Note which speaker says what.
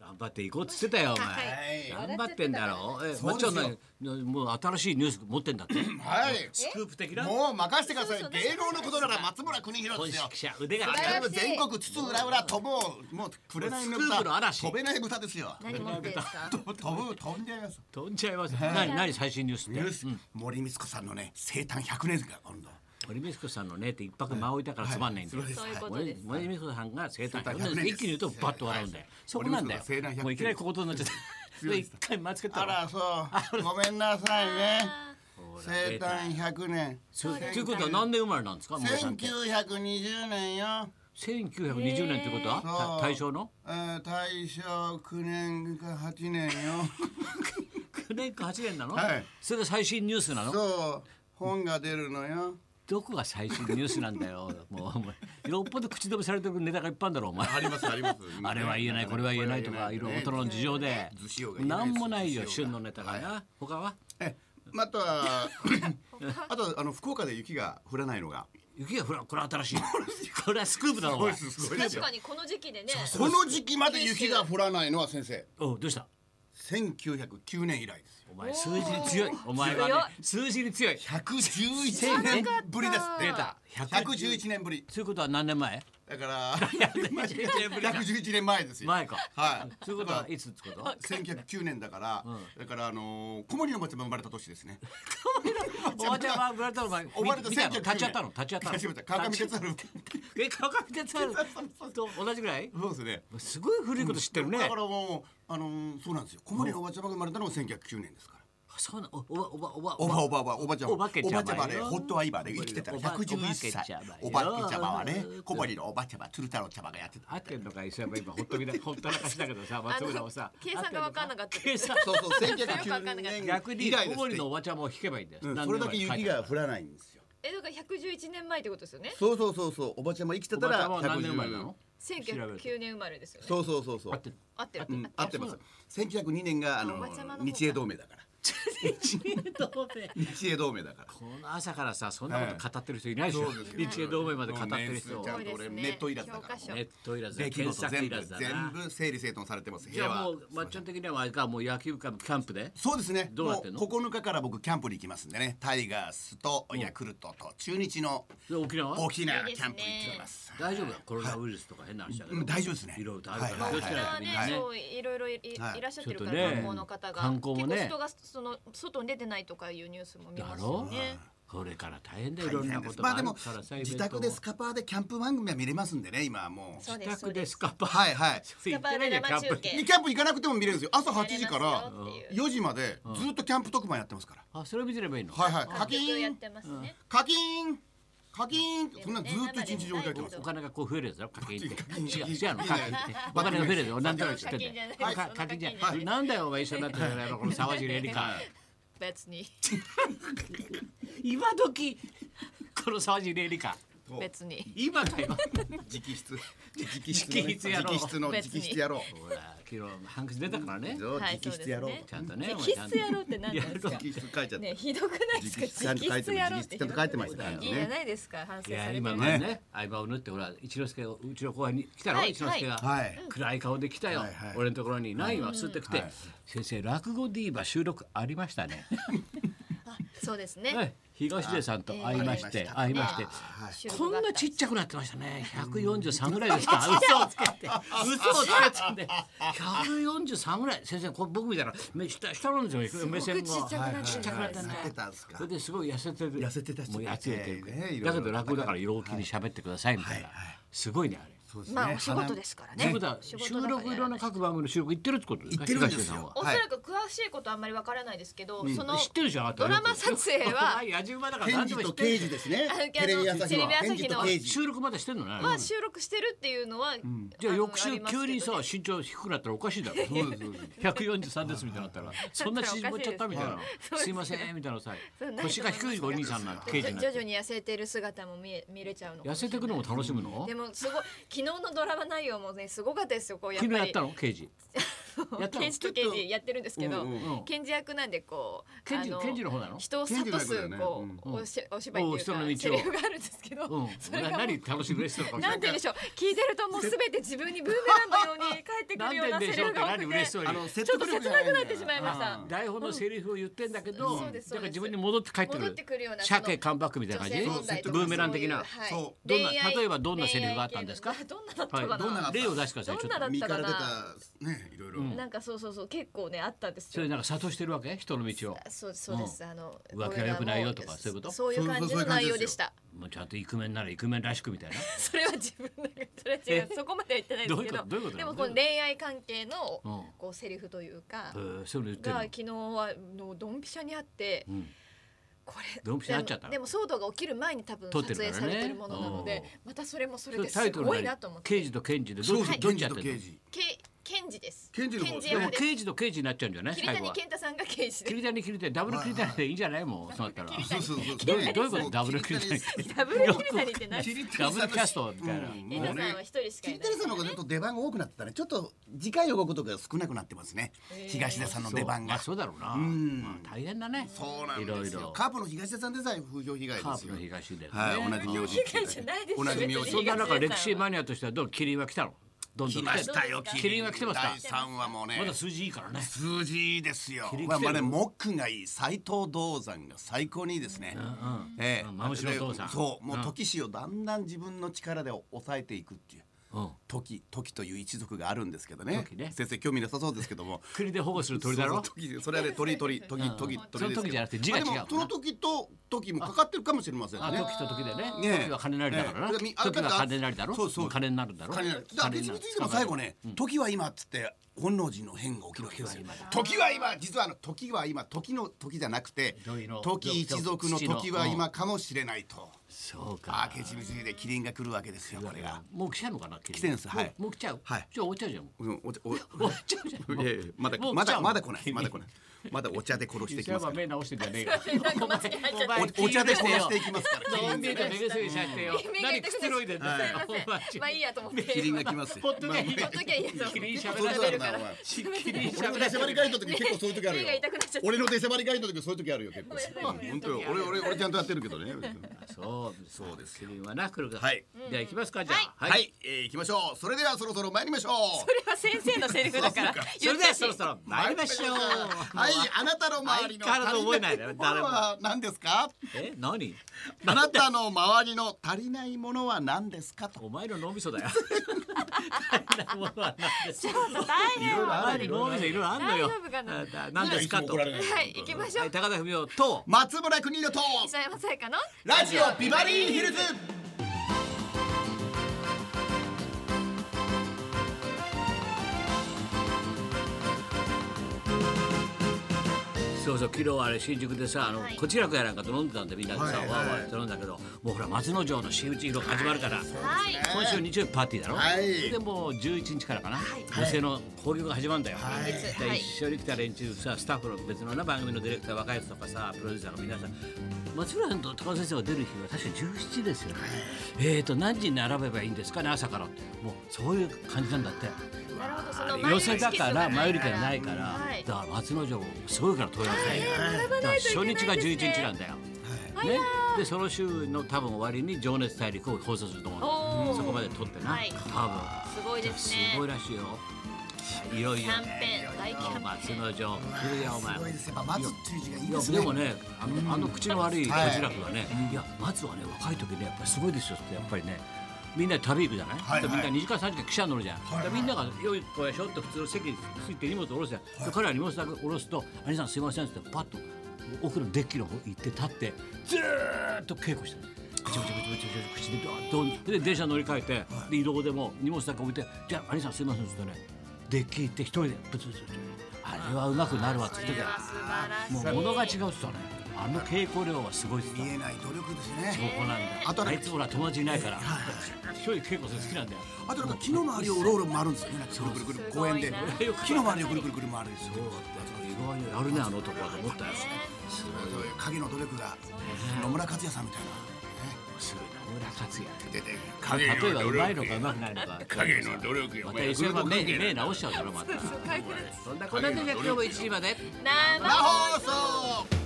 Speaker 1: 頑張っていこうっつってたよお
Speaker 2: は
Speaker 1: 前。
Speaker 3: はい。
Speaker 1: 頑張ってんだろ。え、ま
Speaker 3: そう
Speaker 1: っ
Speaker 3: で
Speaker 1: ちゃん
Speaker 3: すよ
Speaker 1: 何もう新しいニュース持ってんだって。
Speaker 3: はい。
Speaker 1: スクープ的な。
Speaker 3: もう任せてください
Speaker 2: そう。そう
Speaker 3: 芸能のことなら松村邦洋
Speaker 1: 本
Speaker 3: ですよ。
Speaker 1: 識者腕が上
Speaker 2: 素晴
Speaker 1: が
Speaker 2: ら
Speaker 1: る。
Speaker 2: しい
Speaker 3: 全国津々浦々飛ぼう。もう紅の
Speaker 1: スクー
Speaker 3: 豚。
Speaker 1: プの嵐
Speaker 3: 飛べない豚ですよ。
Speaker 2: 何持ってんですか
Speaker 3: 飛ぶ飛んじゃいます。
Speaker 1: 飛んじゃいます。何何最新ニュースっ
Speaker 3: ニュー
Speaker 1: て。
Speaker 3: ス、森光子さんのね生誕100年が今度。
Speaker 1: 森光子さんのねって一泊間を置いたからつまんないんだよ
Speaker 3: はい
Speaker 2: そういうこと
Speaker 1: 森
Speaker 2: です
Speaker 1: 森光子さんが生誕
Speaker 3: 生誕100
Speaker 1: 100
Speaker 3: 年
Speaker 1: 年一気に言うと
Speaker 3: です
Speaker 1: バッと笑うんだよ
Speaker 3: はい。
Speaker 1: そこなんだよ
Speaker 3: 森光子さん生誕100。年
Speaker 1: もういきなり小言になっちゃった。で
Speaker 3: い
Speaker 1: 一回間つけた
Speaker 3: あ
Speaker 1: わ。
Speaker 3: らそう。ごめんなさいね。
Speaker 1: ほら
Speaker 3: 生誕100年。
Speaker 1: そうということは何年生まれなんですか森さんって。
Speaker 3: 1920年よ。
Speaker 1: 1920年ということはた大 正の
Speaker 3: えー大正9年か8年よ。
Speaker 1: 9年か8年なの
Speaker 3: はい
Speaker 1: それが最新ニュースなの
Speaker 3: そう。本が出るのよ。
Speaker 1: どこが最新ニュースなんだよ。もうお前よっぽど口止めされてるネタがいっぱいあるんだろお前。
Speaker 3: あります あります。
Speaker 1: あれは言えないこれは言えないとかいろいろ大人の事情で
Speaker 3: ずしおが言えない
Speaker 1: な
Speaker 3: です
Speaker 1: んもないよ
Speaker 3: ずしおが
Speaker 1: 旬のネタがな他は
Speaker 3: えま たはあとあの福岡で雪が降らないのが
Speaker 1: 雪が降らんこれ 新しいこれはスクープだろお前
Speaker 3: ご
Speaker 2: 確かにこの時期でね
Speaker 3: この時期まで雪が降らないのは先生
Speaker 1: おうどうした
Speaker 3: 1909年以来ですよ
Speaker 1: お前数字に強いお前はね
Speaker 2: 強
Speaker 1: 数字に強い
Speaker 3: 111年ぶりです
Speaker 2: 出
Speaker 1: た
Speaker 3: 111年ぶり
Speaker 1: そういうことは何年前
Speaker 3: だから
Speaker 1: 111
Speaker 3: 111年前ですよ
Speaker 1: 前か
Speaker 3: はい
Speaker 1: そういうことはいつって こと
Speaker 3: 1909年だから、だからあのー、小森の町も生まれた年で すね。
Speaker 1: おばちゃんはぶられたの前
Speaker 3: 生まれた
Speaker 1: 見たの
Speaker 3: 1909年。
Speaker 1: 立ち会ったの立ち会ったの
Speaker 3: 立ち会った。川上哲治。
Speaker 1: え川上哲治と同じぐらい
Speaker 3: そうですね。
Speaker 1: すごい古いこと知ってるね
Speaker 3: だからもうあのーそうなんですよ。小森のおばちゃまが生まれたのが1909年ですから。
Speaker 1: あそうなおおばおばおば
Speaker 3: おばおばおばおばちゃま
Speaker 1: おばけちゃまよ
Speaker 3: おばちゃまでホットアイバーで生きてたら
Speaker 1: おば
Speaker 3: 111歳
Speaker 1: お
Speaker 3: お
Speaker 1: ばけちゃま
Speaker 3: ば
Speaker 1: よ
Speaker 3: けちゃまはね小森のおばちゃま鶴太郎ちゃまがやってた
Speaker 1: 合ってんのか石山今ほっと きなほったらかしだけどさ松村をさ
Speaker 2: あの計算が分かんなかった
Speaker 1: 合てんの計算
Speaker 3: そうそう
Speaker 2: くわかんなかった
Speaker 3: 1909
Speaker 1: 逆
Speaker 3: 年
Speaker 1: に
Speaker 3: 以来
Speaker 1: 小
Speaker 3: です
Speaker 1: 森のおばちゃまを引けばいいんだよ、
Speaker 3: うんそれだけ雪が降らないんですよ
Speaker 2: えだから111年前ってことですよね
Speaker 3: そうそうそうそうおばちゃま生きて
Speaker 1: お
Speaker 3: た
Speaker 1: ばちゃ
Speaker 3: ら
Speaker 1: まは何年生まれな
Speaker 3: 110
Speaker 1: の
Speaker 2: 1909年生まれですよね
Speaker 3: そうそうそうそう
Speaker 1: 合ってる
Speaker 2: 合ってる
Speaker 3: うん合ってます1902年があ
Speaker 2: あお
Speaker 3: の
Speaker 2: ばちゃまの方か
Speaker 3: 日英同盟だから
Speaker 1: 同盟
Speaker 3: 日英同盟だから
Speaker 1: この朝からさそんなこと語ってる人いないでしょ、
Speaker 3: そうですよ
Speaker 1: 日英同盟まで語ってる人
Speaker 3: もう年数ちゃんと
Speaker 2: そうで
Speaker 3: 俺
Speaker 2: すね
Speaker 3: ネットいらずだから
Speaker 2: 教科書
Speaker 1: ネットいらずだ
Speaker 3: 出来
Speaker 1: 検
Speaker 3: 事
Speaker 1: 索い
Speaker 3: 全
Speaker 1: ら
Speaker 3: 部
Speaker 1: ずだな
Speaker 3: 全部整理整頓されてます部
Speaker 1: じ
Speaker 3: 屋
Speaker 1: ゃあも
Speaker 3: は
Speaker 1: うまっちゃん的にはあれかもう野球部キャンプで
Speaker 3: そうですね。
Speaker 1: どうなってんの
Speaker 3: もう ?9 日から僕キャンプに行きますんでね。タイガースとヤクルトと中日の
Speaker 1: で沖縄
Speaker 3: 沖縄
Speaker 2: い
Speaker 3: キ
Speaker 2: いですね
Speaker 3: ャンプに行ってきます。
Speaker 1: 大丈夫だコロナウイルスとか変な話だけど、
Speaker 3: うん大丈夫ですね。
Speaker 1: いろいろとあるから
Speaker 3: はい
Speaker 1: 気をつ
Speaker 3: は
Speaker 1: け
Speaker 3: い
Speaker 1: な
Speaker 3: は
Speaker 1: と
Speaker 3: い
Speaker 2: まあ
Speaker 1: みんなね
Speaker 2: ねそういろいろいい
Speaker 3: はい
Speaker 2: らっしゃってるか
Speaker 1: ちょっ
Speaker 2: ら
Speaker 1: とね
Speaker 2: 観光の方が
Speaker 1: 観光もね
Speaker 2: 結構人がその外に出てないとかいうニュースも見
Speaker 1: だ
Speaker 2: ますよ
Speaker 1: ろ、
Speaker 2: ね
Speaker 1: これから大変だよい
Speaker 3: 大
Speaker 1: ろんな
Speaker 3: 変で
Speaker 1: こ
Speaker 3: す
Speaker 1: と
Speaker 3: ま
Speaker 1: が
Speaker 3: あ
Speaker 1: あ
Speaker 3: で
Speaker 1: る
Speaker 3: も
Speaker 1: からさ
Speaker 3: 自宅でスカパーでキャンプ番組は見れますんでね今はもう
Speaker 2: そう
Speaker 1: イベント
Speaker 2: です
Speaker 1: 自宅でス
Speaker 2: そう
Speaker 1: カパー
Speaker 3: はいは
Speaker 1: ス
Speaker 3: い
Speaker 2: ですスカパーで生中継
Speaker 3: でキャンプ行かなくても見れるんですよ朝8時から
Speaker 2: 見れますよっていう
Speaker 3: 4時までずっとキャンプ特番やってますから
Speaker 1: あそれを見てればいいの、
Speaker 3: はいはい課
Speaker 2: 楽曲やっ
Speaker 3: 金
Speaker 2: てますね
Speaker 3: 課金課金そんなずっと一日中追いかけてます
Speaker 1: お
Speaker 3: よ
Speaker 1: 金がこう増えるやつだろ課金って
Speaker 3: 課
Speaker 1: 違
Speaker 3: 金
Speaker 1: う違うの課金ってお金が増えるやつだろなんとなく知ってんだよ
Speaker 2: 課金じゃない
Speaker 1: か課金じゃ
Speaker 2: は
Speaker 1: ない
Speaker 2: い
Speaker 1: なんだよお前一緒になってたやろこの沢尻エリ カ
Speaker 2: 別に
Speaker 1: 今時この沢尻エリカ
Speaker 2: 別に
Speaker 1: 今かよ
Speaker 3: 直 筆直
Speaker 1: 直筆やろう
Speaker 3: 直筆の直筆やろう
Speaker 1: ほら昨日ハンクス出たからね
Speaker 2: はい
Speaker 3: 直筆やろう
Speaker 2: そうですね
Speaker 1: ちゃんとね
Speaker 2: ね
Speaker 1: お前
Speaker 2: 必
Speaker 1: ちゃん
Speaker 2: 須
Speaker 1: と
Speaker 2: やろうって何なんですか
Speaker 3: 直筆書いちゃった
Speaker 2: ねひどくないですか
Speaker 3: ちゃんと書
Speaker 2: 直
Speaker 3: いて
Speaker 2: 筆やろう
Speaker 3: ま
Speaker 2: っ
Speaker 3: す。
Speaker 2: て
Speaker 3: ちゃんと書いてましたから
Speaker 2: いいじゃ
Speaker 3: ね。
Speaker 2: ないですか反省
Speaker 1: い
Speaker 2: さ
Speaker 1: や
Speaker 2: れて
Speaker 1: 今
Speaker 2: る
Speaker 1: のね相場を縫ってほら一之輔うちの後輩に来たろ
Speaker 2: はい
Speaker 1: 一之輔が
Speaker 3: はい
Speaker 1: 暗い顔で来たよ
Speaker 3: はいはい
Speaker 1: 俺のところにないわ吸ってきて
Speaker 3: はい
Speaker 1: 先生落語ディーバ収録ありました ね
Speaker 2: そうです
Speaker 1: は
Speaker 2: ね
Speaker 1: い東出さんと会いまして、
Speaker 3: えー
Speaker 1: 会いまして、
Speaker 2: 収
Speaker 1: こ
Speaker 2: 録があ
Speaker 1: ん
Speaker 2: った
Speaker 1: なちっちゃくなってましたね143ぐらいですか嘘をつけて嘘をつけてんで143ぐらい先生これ僕みたいな目下下なんですよ目線が
Speaker 2: すごくちっちゃくなってる
Speaker 1: ちっちゃくなってんだ
Speaker 3: なってたんですか
Speaker 1: それですごい痩せてる
Speaker 3: 痩せてた人
Speaker 1: もうやつれてる、
Speaker 3: ええね
Speaker 1: だ
Speaker 3: いろ
Speaker 1: け
Speaker 3: い
Speaker 1: ど
Speaker 3: ろ
Speaker 1: 落語だから陽気に喋ってくださいみたいな、
Speaker 3: はいはい
Speaker 1: すごいねあれ。
Speaker 3: そうですね
Speaker 2: まあお仕事ですから
Speaker 1: という
Speaker 2: ね
Speaker 1: ことは
Speaker 2: 仕
Speaker 1: 収
Speaker 2: 事だから
Speaker 1: 録いろんな各番組の収録行ってるってことですか
Speaker 3: 行ってるんですよ
Speaker 1: 東出さんは
Speaker 2: おそらく詳しいことあんまりわからないですけど、その
Speaker 1: 知ってるじゃんあなた
Speaker 2: ドラマ撮影 は
Speaker 1: 野獣馬だから
Speaker 3: 花
Speaker 1: 何で
Speaker 3: 剣士
Speaker 1: も知
Speaker 3: と
Speaker 1: ってる
Speaker 3: 刑
Speaker 1: じゃ
Speaker 3: 事
Speaker 1: ん
Speaker 3: ですね
Speaker 2: あの。
Speaker 3: テレビ朝日
Speaker 2: テレ
Speaker 3: の
Speaker 2: ビ朝日
Speaker 3: 剣
Speaker 2: の
Speaker 3: 士と刑事。
Speaker 1: 収録まだしてんのね、
Speaker 2: まあ収録してるっていうのは、
Speaker 1: じゃあ
Speaker 2: の
Speaker 1: 翌
Speaker 2: あ
Speaker 1: 週
Speaker 2: りますけど
Speaker 1: 急にさ
Speaker 2: ね
Speaker 1: 身長低くなったらおかしいだろ143ですみたいになったら そんな縮まっちゃったみたいな
Speaker 2: そうです
Speaker 1: すい
Speaker 2: よ
Speaker 1: ませんみたいなさ
Speaker 2: そうないと思いま
Speaker 1: 腰
Speaker 2: す
Speaker 1: が低いお兄さんなんて刑事にな
Speaker 2: 徐
Speaker 1: って
Speaker 2: 々に痩せてる姿も見え見れちゃうのか
Speaker 1: 痩
Speaker 2: もしれ
Speaker 1: せ
Speaker 2: な
Speaker 1: て
Speaker 2: い
Speaker 1: くのも楽しむの
Speaker 2: でもすごい昨日のドラマ内容もねすごかったですよこうやっぱ
Speaker 1: 昨
Speaker 2: り
Speaker 1: 日やったの刑事やったの
Speaker 2: 検事と刑事やってるんですけど、
Speaker 3: うんうん
Speaker 1: うん
Speaker 2: 検事役なんでこう
Speaker 1: 検事
Speaker 2: あの
Speaker 1: 検事の方なの
Speaker 2: 人を諭
Speaker 3: 検事の
Speaker 2: す
Speaker 3: 役だよね
Speaker 2: こう、
Speaker 1: うん
Speaker 2: おしお芝居っていう
Speaker 1: お人の道
Speaker 2: か
Speaker 1: を
Speaker 2: セリフがあるんですけど、そ
Speaker 1: うんな
Speaker 2: れがも
Speaker 1: 何楽しみ嬉しそうな顔して
Speaker 2: うなんて言うんでしょう聞いてるともうすべて自分にブーメランのように返ってく
Speaker 1: な
Speaker 2: るようんな
Speaker 1: で
Speaker 2: セ
Speaker 1: で
Speaker 2: リ
Speaker 1: しょうっ
Speaker 2: フ
Speaker 1: て
Speaker 2: が多
Speaker 1: 何
Speaker 2: く
Speaker 1: 嬉
Speaker 2: て
Speaker 1: しそうに
Speaker 3: あの説得力が
Speaker 2: 切なくなってしまいました
Speaker 3: あー
Speaker 1: 台本のセリフを言ってんだけど、
Speaker 2: そうですそうです
Speaker 1: だから自分に戻って帰ってく
Speaker 2: 戻っ
Speaker 1: る
Speaker 2: てくるような
Speaker 1: 鮭カンバックみたいな感
Speaker 2: 女性
Speaker 3: 問題
Speaker 1: じ
Speaker 3: とか
Speaker 1: ブーメラン的な
Speaker 2: そういう
Speaker 3: そ
Speaker 1: どんな
Speaker 2: 恋愛
Speaker 1: 例えばどんなセリフがあったんですか
Speaker 2: 恋愛系のあどんなだ
Speaker 1: はい
Speaker 3: どんな
Speaker 2: ったかな、
Speaker 1: 例を出してくださいちょっ
Speaker 2: どんな
Speaker 1: と
Speaker 2: だ
Speaker 3: 身から出
Speaker 2: だった
Speaker 3: たねいろいろ、
Speaker 1: うん
Speaker 2: なんかそうそうそう結構ねあったんです
Speaker 1: そ
Speaker 2: よ
Speaker 1: れなんか諭してるわけ人の道を
Speaker 2: あそうそうです、あの
Speaker 1: 浮気は良くないよとかそういうこと
Speaker 2: そういう感じの内容でした
Speaker 1: もうちゃんとイクメンならイクメンらしくみたいな
Speaker 2: それは自分の中それは違うそこまでは言ってないで
Speaker 1: ど
Speaker 2: す
Speaker 1: ういう
Speaker 2: け
Speaker 1: こと
Speaker 2: ど
Speaker 1: どういうこと
Speaker 2: で
Speaker 1: な
Speaker 2: も
Speaker 1: の
Speaker 2: この恋愛関係の
Speaker 1: うん
Speaker 2: こうセリフというか
Speaker 1: えーそれ言ってる
Speaker 2: が
Speaker 1: の
Speaker 2: 昨日はのドンピシャにあって
Speaker 1: うん
Speaker 2: これ
Speaker 1: ドンピシャになっちゃったの
Speaker 2: でもでも騒動が起きる前に多分
Speaker 1: 撮っ
Speaker 2: 撮
Speaker 1: てるから
Speaker 2: 影
Speaker 1: ね
Speaker 2: されてるものなのでまたそれもそれ
Speaker 1: そ
Speaker 2: で
Speaker 1: れタ
Speaker 2: す
Speaker 1: イトル
Speaker 2: ごい
Speaker 1: 何
Speaker 2: なと思って
Speaker 1: 刑事と検事でど
Speaker 3: そ
Speaker 1: っ
Speaker 3: うそう
Speaker 1: ちどっ
Speaker 3: 検
Speaker 1: ちや
Speaker 3: 事
Speaker 1: っ
Speaker 3: と
Speaker 1: てん
Speaker 3: 刑
Speaker 1: の
Speaker 3: 事
Speaker 2: け検事です
Speaker 3: 検事の方
Speaker 2: 検事
Speaker 1: で
Speaker 2: 役
Speaker 1: も
Speaker 2: で
Speaker 1: 刑事と刑事になっちゃうんじゃない
Speaker 2: 桐
Speaker 1: 最後
Speaker 2: 谷
Speaker 1: は
Speaker 2: 健太さんが刑事で
Speaker 1: 桐谷桐谷ダブル桐谷でいいんじゃない もうそうなったら
Speaker 2: 桐
Speaker 3: そうそうそう
Speaker 1: どういうどういうこと
Speaker 3: ね
Speaker 1: ダブル桐谷
Speaker 2: ダブル桐谷って何
Speaker 3: 桐
Speaker 1: ダ
Speaker 3: 谷
Speaker 1: ブル
Speaker 3: さんの
Speaker 1: キャストみたいな
Speaker 3: うん
Speaker 2: 健太さんは一人しか
Speaker 3: 桐
Speaker 2: いない
Speaker 3: 谷さんの方がちょっと出番が多くなってたねちょっと次回予告とかが少なくなってますね、
Speaker 2: へー
Speaker 3: 東田さんの出番
Speaker 1: まあ
Speaker 3: が
Speaker 1: そうだろうな、
Speaker 3: ん
Speaker 1: まあ、大変だね
Speaker 3: そうなんです
Speaker 1: いろい
Speaker 3: よ
Speaker 1: ろ
Speaker 3: カープの東田さんでさえ風評被害ですよ
Speaker 1: カープの東で、ね
Speaker 3: はい同じ名字
Speaker 2: 被害じゃないですよ
Speaker 3: 同じ名
Speaker 2: 別
Speaker 3: 字
Speaker 2: に
Speaker 1: そんな中歴史マニアとしてはどうキリンは来たのどんど
Speaker 3: 来
Speaker 1: ん
Speaker 3: ま
Speaker 1: 来
Speaker 3: してたよ
Speaker 1: キリンは来てますか
Speaker 3: 第三話もね
Speaker 1: まだ数字いいからね
Speaker 3: 数字いいですよ
Speaker 1: 切り。
Speaker 3: まあ
Speaker 1: 来て
Speaker 3: まあ
Speaker 1: る
Speaker 3: ね、モックがいい、斎藤道山が最高にいいですね。ええ
Speaker 1: うん真後ろ道山
Speaker 3: でそう、もううん時氏をだんだん自分の力で抑えていくっていう。
Speaker 1: うん
Speaker 3: 時、時という一族があるんですけどね
Speaker 1: 時。ね
Speaker 3: 先生興味なさそうですけども。
Speaker 1: 国で保護する鳥だろ
Speaker 3: そうそう時そ れはね、鳥、鳥、時、
Speaker 1: うん
Speaker 3: 時、
Speaker 1: そ
Speaker 3: 鳥
Speaker 1: の
Speaker 3: ですけど。
Speaker 1: 時じゃなくて字が違う
Speaker 3: まあでもその時と、時もかかってるかもしれません
Speaker 1: あ
Speaker 3: ね。
Speaker 1: 時と時でね
Speaker 3: ねえ
Speaker 1: 時は金なりだからな、
Speaker 3: ええ
Speaker 1: 時は金なりだろ
Speaker 3: そうそう
Speaker 1: も金になるんだろ
Speaker 3: 金になるだから別についても最後ね、時は今っつって本能寺の変が起きるわけですよ時は今実はあの時は今時の時じゃなくて
Speaker 1: 時の
Speaker 3: 時一族の
Speaker 1: 時の
Speaker 3: 時は今かもしれないと
Speaker 1: そうか
Speaker 3: 明智光秀でキリンが来るわけですよこれが。
Speaker 1: もう来ちゃうのかな来
Speaker 3: 来てるんですはい
Speaker 1: もう来ちゃう
Speaker 3: はい
Speaker 1: じゃあ終わっちゃうじゃんもう
Speaker 3: うん、お茶 お
Speaker 1: 終わっちゃうじゃんもう
Speaker 3: いやいやまだ
Speaker 1: もう
Speaker 3: ま
Speaker 1: 来ちゃ
Speaker 3: だ
Speaker 1: う
Speaker 3: まだ来ないまだ来ないまだお茶で殺していき
Speaker 1: 石山
Speaker 3: ますから
Speaker 1: 目直してんじゃねえか
Speaker 2: なんか間違えちゃった
Speaker 3: おお茶で殺していきますから
Speaker 1: どう見えても目薬さしてよ
Speaker 2: 目が
Speaker 1: 何
Speaker 2: 痛
Speaker 1: く
Speaker 2: く
Speaker 1: つろいでんだよお前
Speaker 2: まあいいやと思って
Speaker 3: キリンが来ますよ
Speaker 1: ほっとけ
Speaker 2: ほっときゃいいやと思っ
Speaker 1: キ
Speaker 2: て
Speaker 1: リン
Speaker 3: まあ
Speaker 1: 喋
Speaker 3: そう
Speaker 1: ら
Speaker 3: いう
Speaker 1: せ
Speaker 3: こと
Speaker 1: る
Speaker 3: だなお前俺の出しゃばり会の時に結構そういう時あるよ
Speaker 2: 目が痛くなっちゃった
Speaker 3: 俺の出しゃばり会の時そういう時あるよ結構
Speaker 2: ごめんなさい
Speaker 3: 本当よ俺俺俺ちゃんとやってるけどね
Speaker 1: そうそうですキリンはな来るから
Speaker 3: はい
Speaker 1: じゃあ行きますかじゃあ
Speaker 3: はい、えー行きましょうそれではそろそろ参りましょう
Speaker 2: これは先生のセリフだから
Speaker 1: それではそろそろ参りましょう
Speaker 3: はいあなたの周りの
Speaker 1: 相変わらず覚えないね
Speaker 3: 足りものは何ですか
Speaker 1: え何
Speaker 3: あなたの周りの足りないものは何ですかと
Speaker 1: お前の脳みそ だよなものは何ですか
Speaker 2: 大
Speaker 1: い
Speaker 2: 変
Speaker 1: ろいろある
Speaker 2: い
Speaker 1: よ 脳みそいろいろあんのよ
Speaker 2: 大丈夫かな
Speaker 1: あだ何ですかと
Speaker 3: いやいつも怒られる
Speaker 2: はい行きましょ
Speaker 1: は
Speaker 2: う
Speaker 1: い高田文夫と
Speaker 3: 松村邦洋と
Speaker 2: 磯山さやかの
Speaker 3: ラジオビバリーヒルズ
Speaker 1: そうそう昨日はあれ新宿でさあの、
Speaker 2: はい
Speaker 1: こちらくやなんかと飲んでたんでみんなでさ、
Speaker 3: はい
Speaker 1: わーわーして飲んだけどもうほら松之丞の真打ち色始まるから、
Speaker 2: はい
Speaker 1: 今週日曜日パーティーだろ、
Speaker 3: はい
Speaker 1: それでもう11日からかな、女性の興行が始まるんだよ、
Speaker 3: はい
Speaker 1: で
Speaker 2: はい
Speaker 1: 一緒に来た連中さスタッフの別のな番組のディレクター若いやつとかさプロデューサーの皆さん松村さんと高田先生が出る日は確か17ですよね、えーと何時に並べばいいんですかね朝からってもうそういう感じなんだって
Speaker 2: なるほどその
Speaker 1: 寄せだから前売り券ないから、
Speaker 2: はい
Speaker 1: だから松之丞すごいから問い合わせだから初日が11日なんだよ、ね、でその週の多分終わりに「情熱大陸」を放送すると思うんだ
Speaker 2: お
Speaker 1: よ
Speaker 2: ー
Speaker 1: そこまで撮ってな、
Speaker 2: はい
Speaker 1: 多
Speaker 2: すごいで
Speaker 1: 分
Speaker 2: す
Speaker 1: す
Speaker 2: ね
Speaker 1: ごいらしいよいよい
Speaker 2: キ
Speaker 1: よ
Speaker 2: ャンペーン大キャン
Speaker 1: 松
Speaker 2: ペーン
Speaker 1: 之丞来るよお前
Speaker 3: すごいですやっぱ松っていう字がいい
Speaker 1: い
Speaker 3: で
Speaker 1: や
Speaker 3: す
Speaker 1: で
Speaker 3: ね
Speaker 1: もねあのあの口の悪いこ
Speaker 3: はい
Speaker 1: ちらくはね、い、や松はね若い時ねやっぱりすごいですよってやっぱりねみんなで旅行くじゃない、
Speaker 3: はいはい
Speaker 1: でみんな2時間3時間汽車に乗るじゃん、
Speaker 3: いはい
Speaker 1: でみんなが「よい子やしょ」って普通の席について荷物下ろすじゃん、で彼ら荷物だけ下ろすと「兄さんすいません」ってパッと奥のデッキの方行って立ってずーっと稽古してる。ぐちゃぐちゃぐちゃぐちゃぐちゃ口でドンドンで電車乗り換えて、で移動でも荷物だけ置いて「じゃあ兄さんすいません」っつってねデッキ行って一人でブツブツブツあれはうまくなるわ」って言って
Speaker 2: それ
Speaker 1: たよ
Speaker 2: は素晴らしい
Speaker 1: もう物が違うって言ったね。あの稽古量はすごいっす
Speaker 3: 見
Speaker 1: ね。
Speaker 3: えない努力ですね
Speaker 1: そこなんだ。
Speaker 3: あと
Speaker 1: あ
Speaker 3: なん
Speaker 1: い
Speaker 3: か
Speaker 1: つほら友達いないから。一人稽古するの好きなんだよ。
Speaker 3: あとなんか木の周りをうろうろ回るんですよねなんかくるくるくる公園で木の周りをくるくるくる回るんですよ
Speaker 1: そうだって意外にやるねあの男はと思ったよ。
Speaker 3: 影の努力が野村克也さんみたいな
Speaker 1: すごいな村克也
Speaker 3: 出て
Speaker 1: 例
Speaker 3: 影の
Speaker 1: えばうまいのかう
Speaker 3: よ
Speaker 1: まくないのか
Speaker 3: 影の努力よ
Speaker 1: また SM は
Speaker 3: お前
Speaker 1: 目
Speaker 3: 風俗関係な
Speaker 1: 目
Speaker 3: い
Speaker 1: 直しちゃうだろまた
Speaker 2: そうそう書いてる
Speaker 1: そんなこんなでじゃあ今日も1時まで
Speaker 2: 生
Speaker 3: 生放送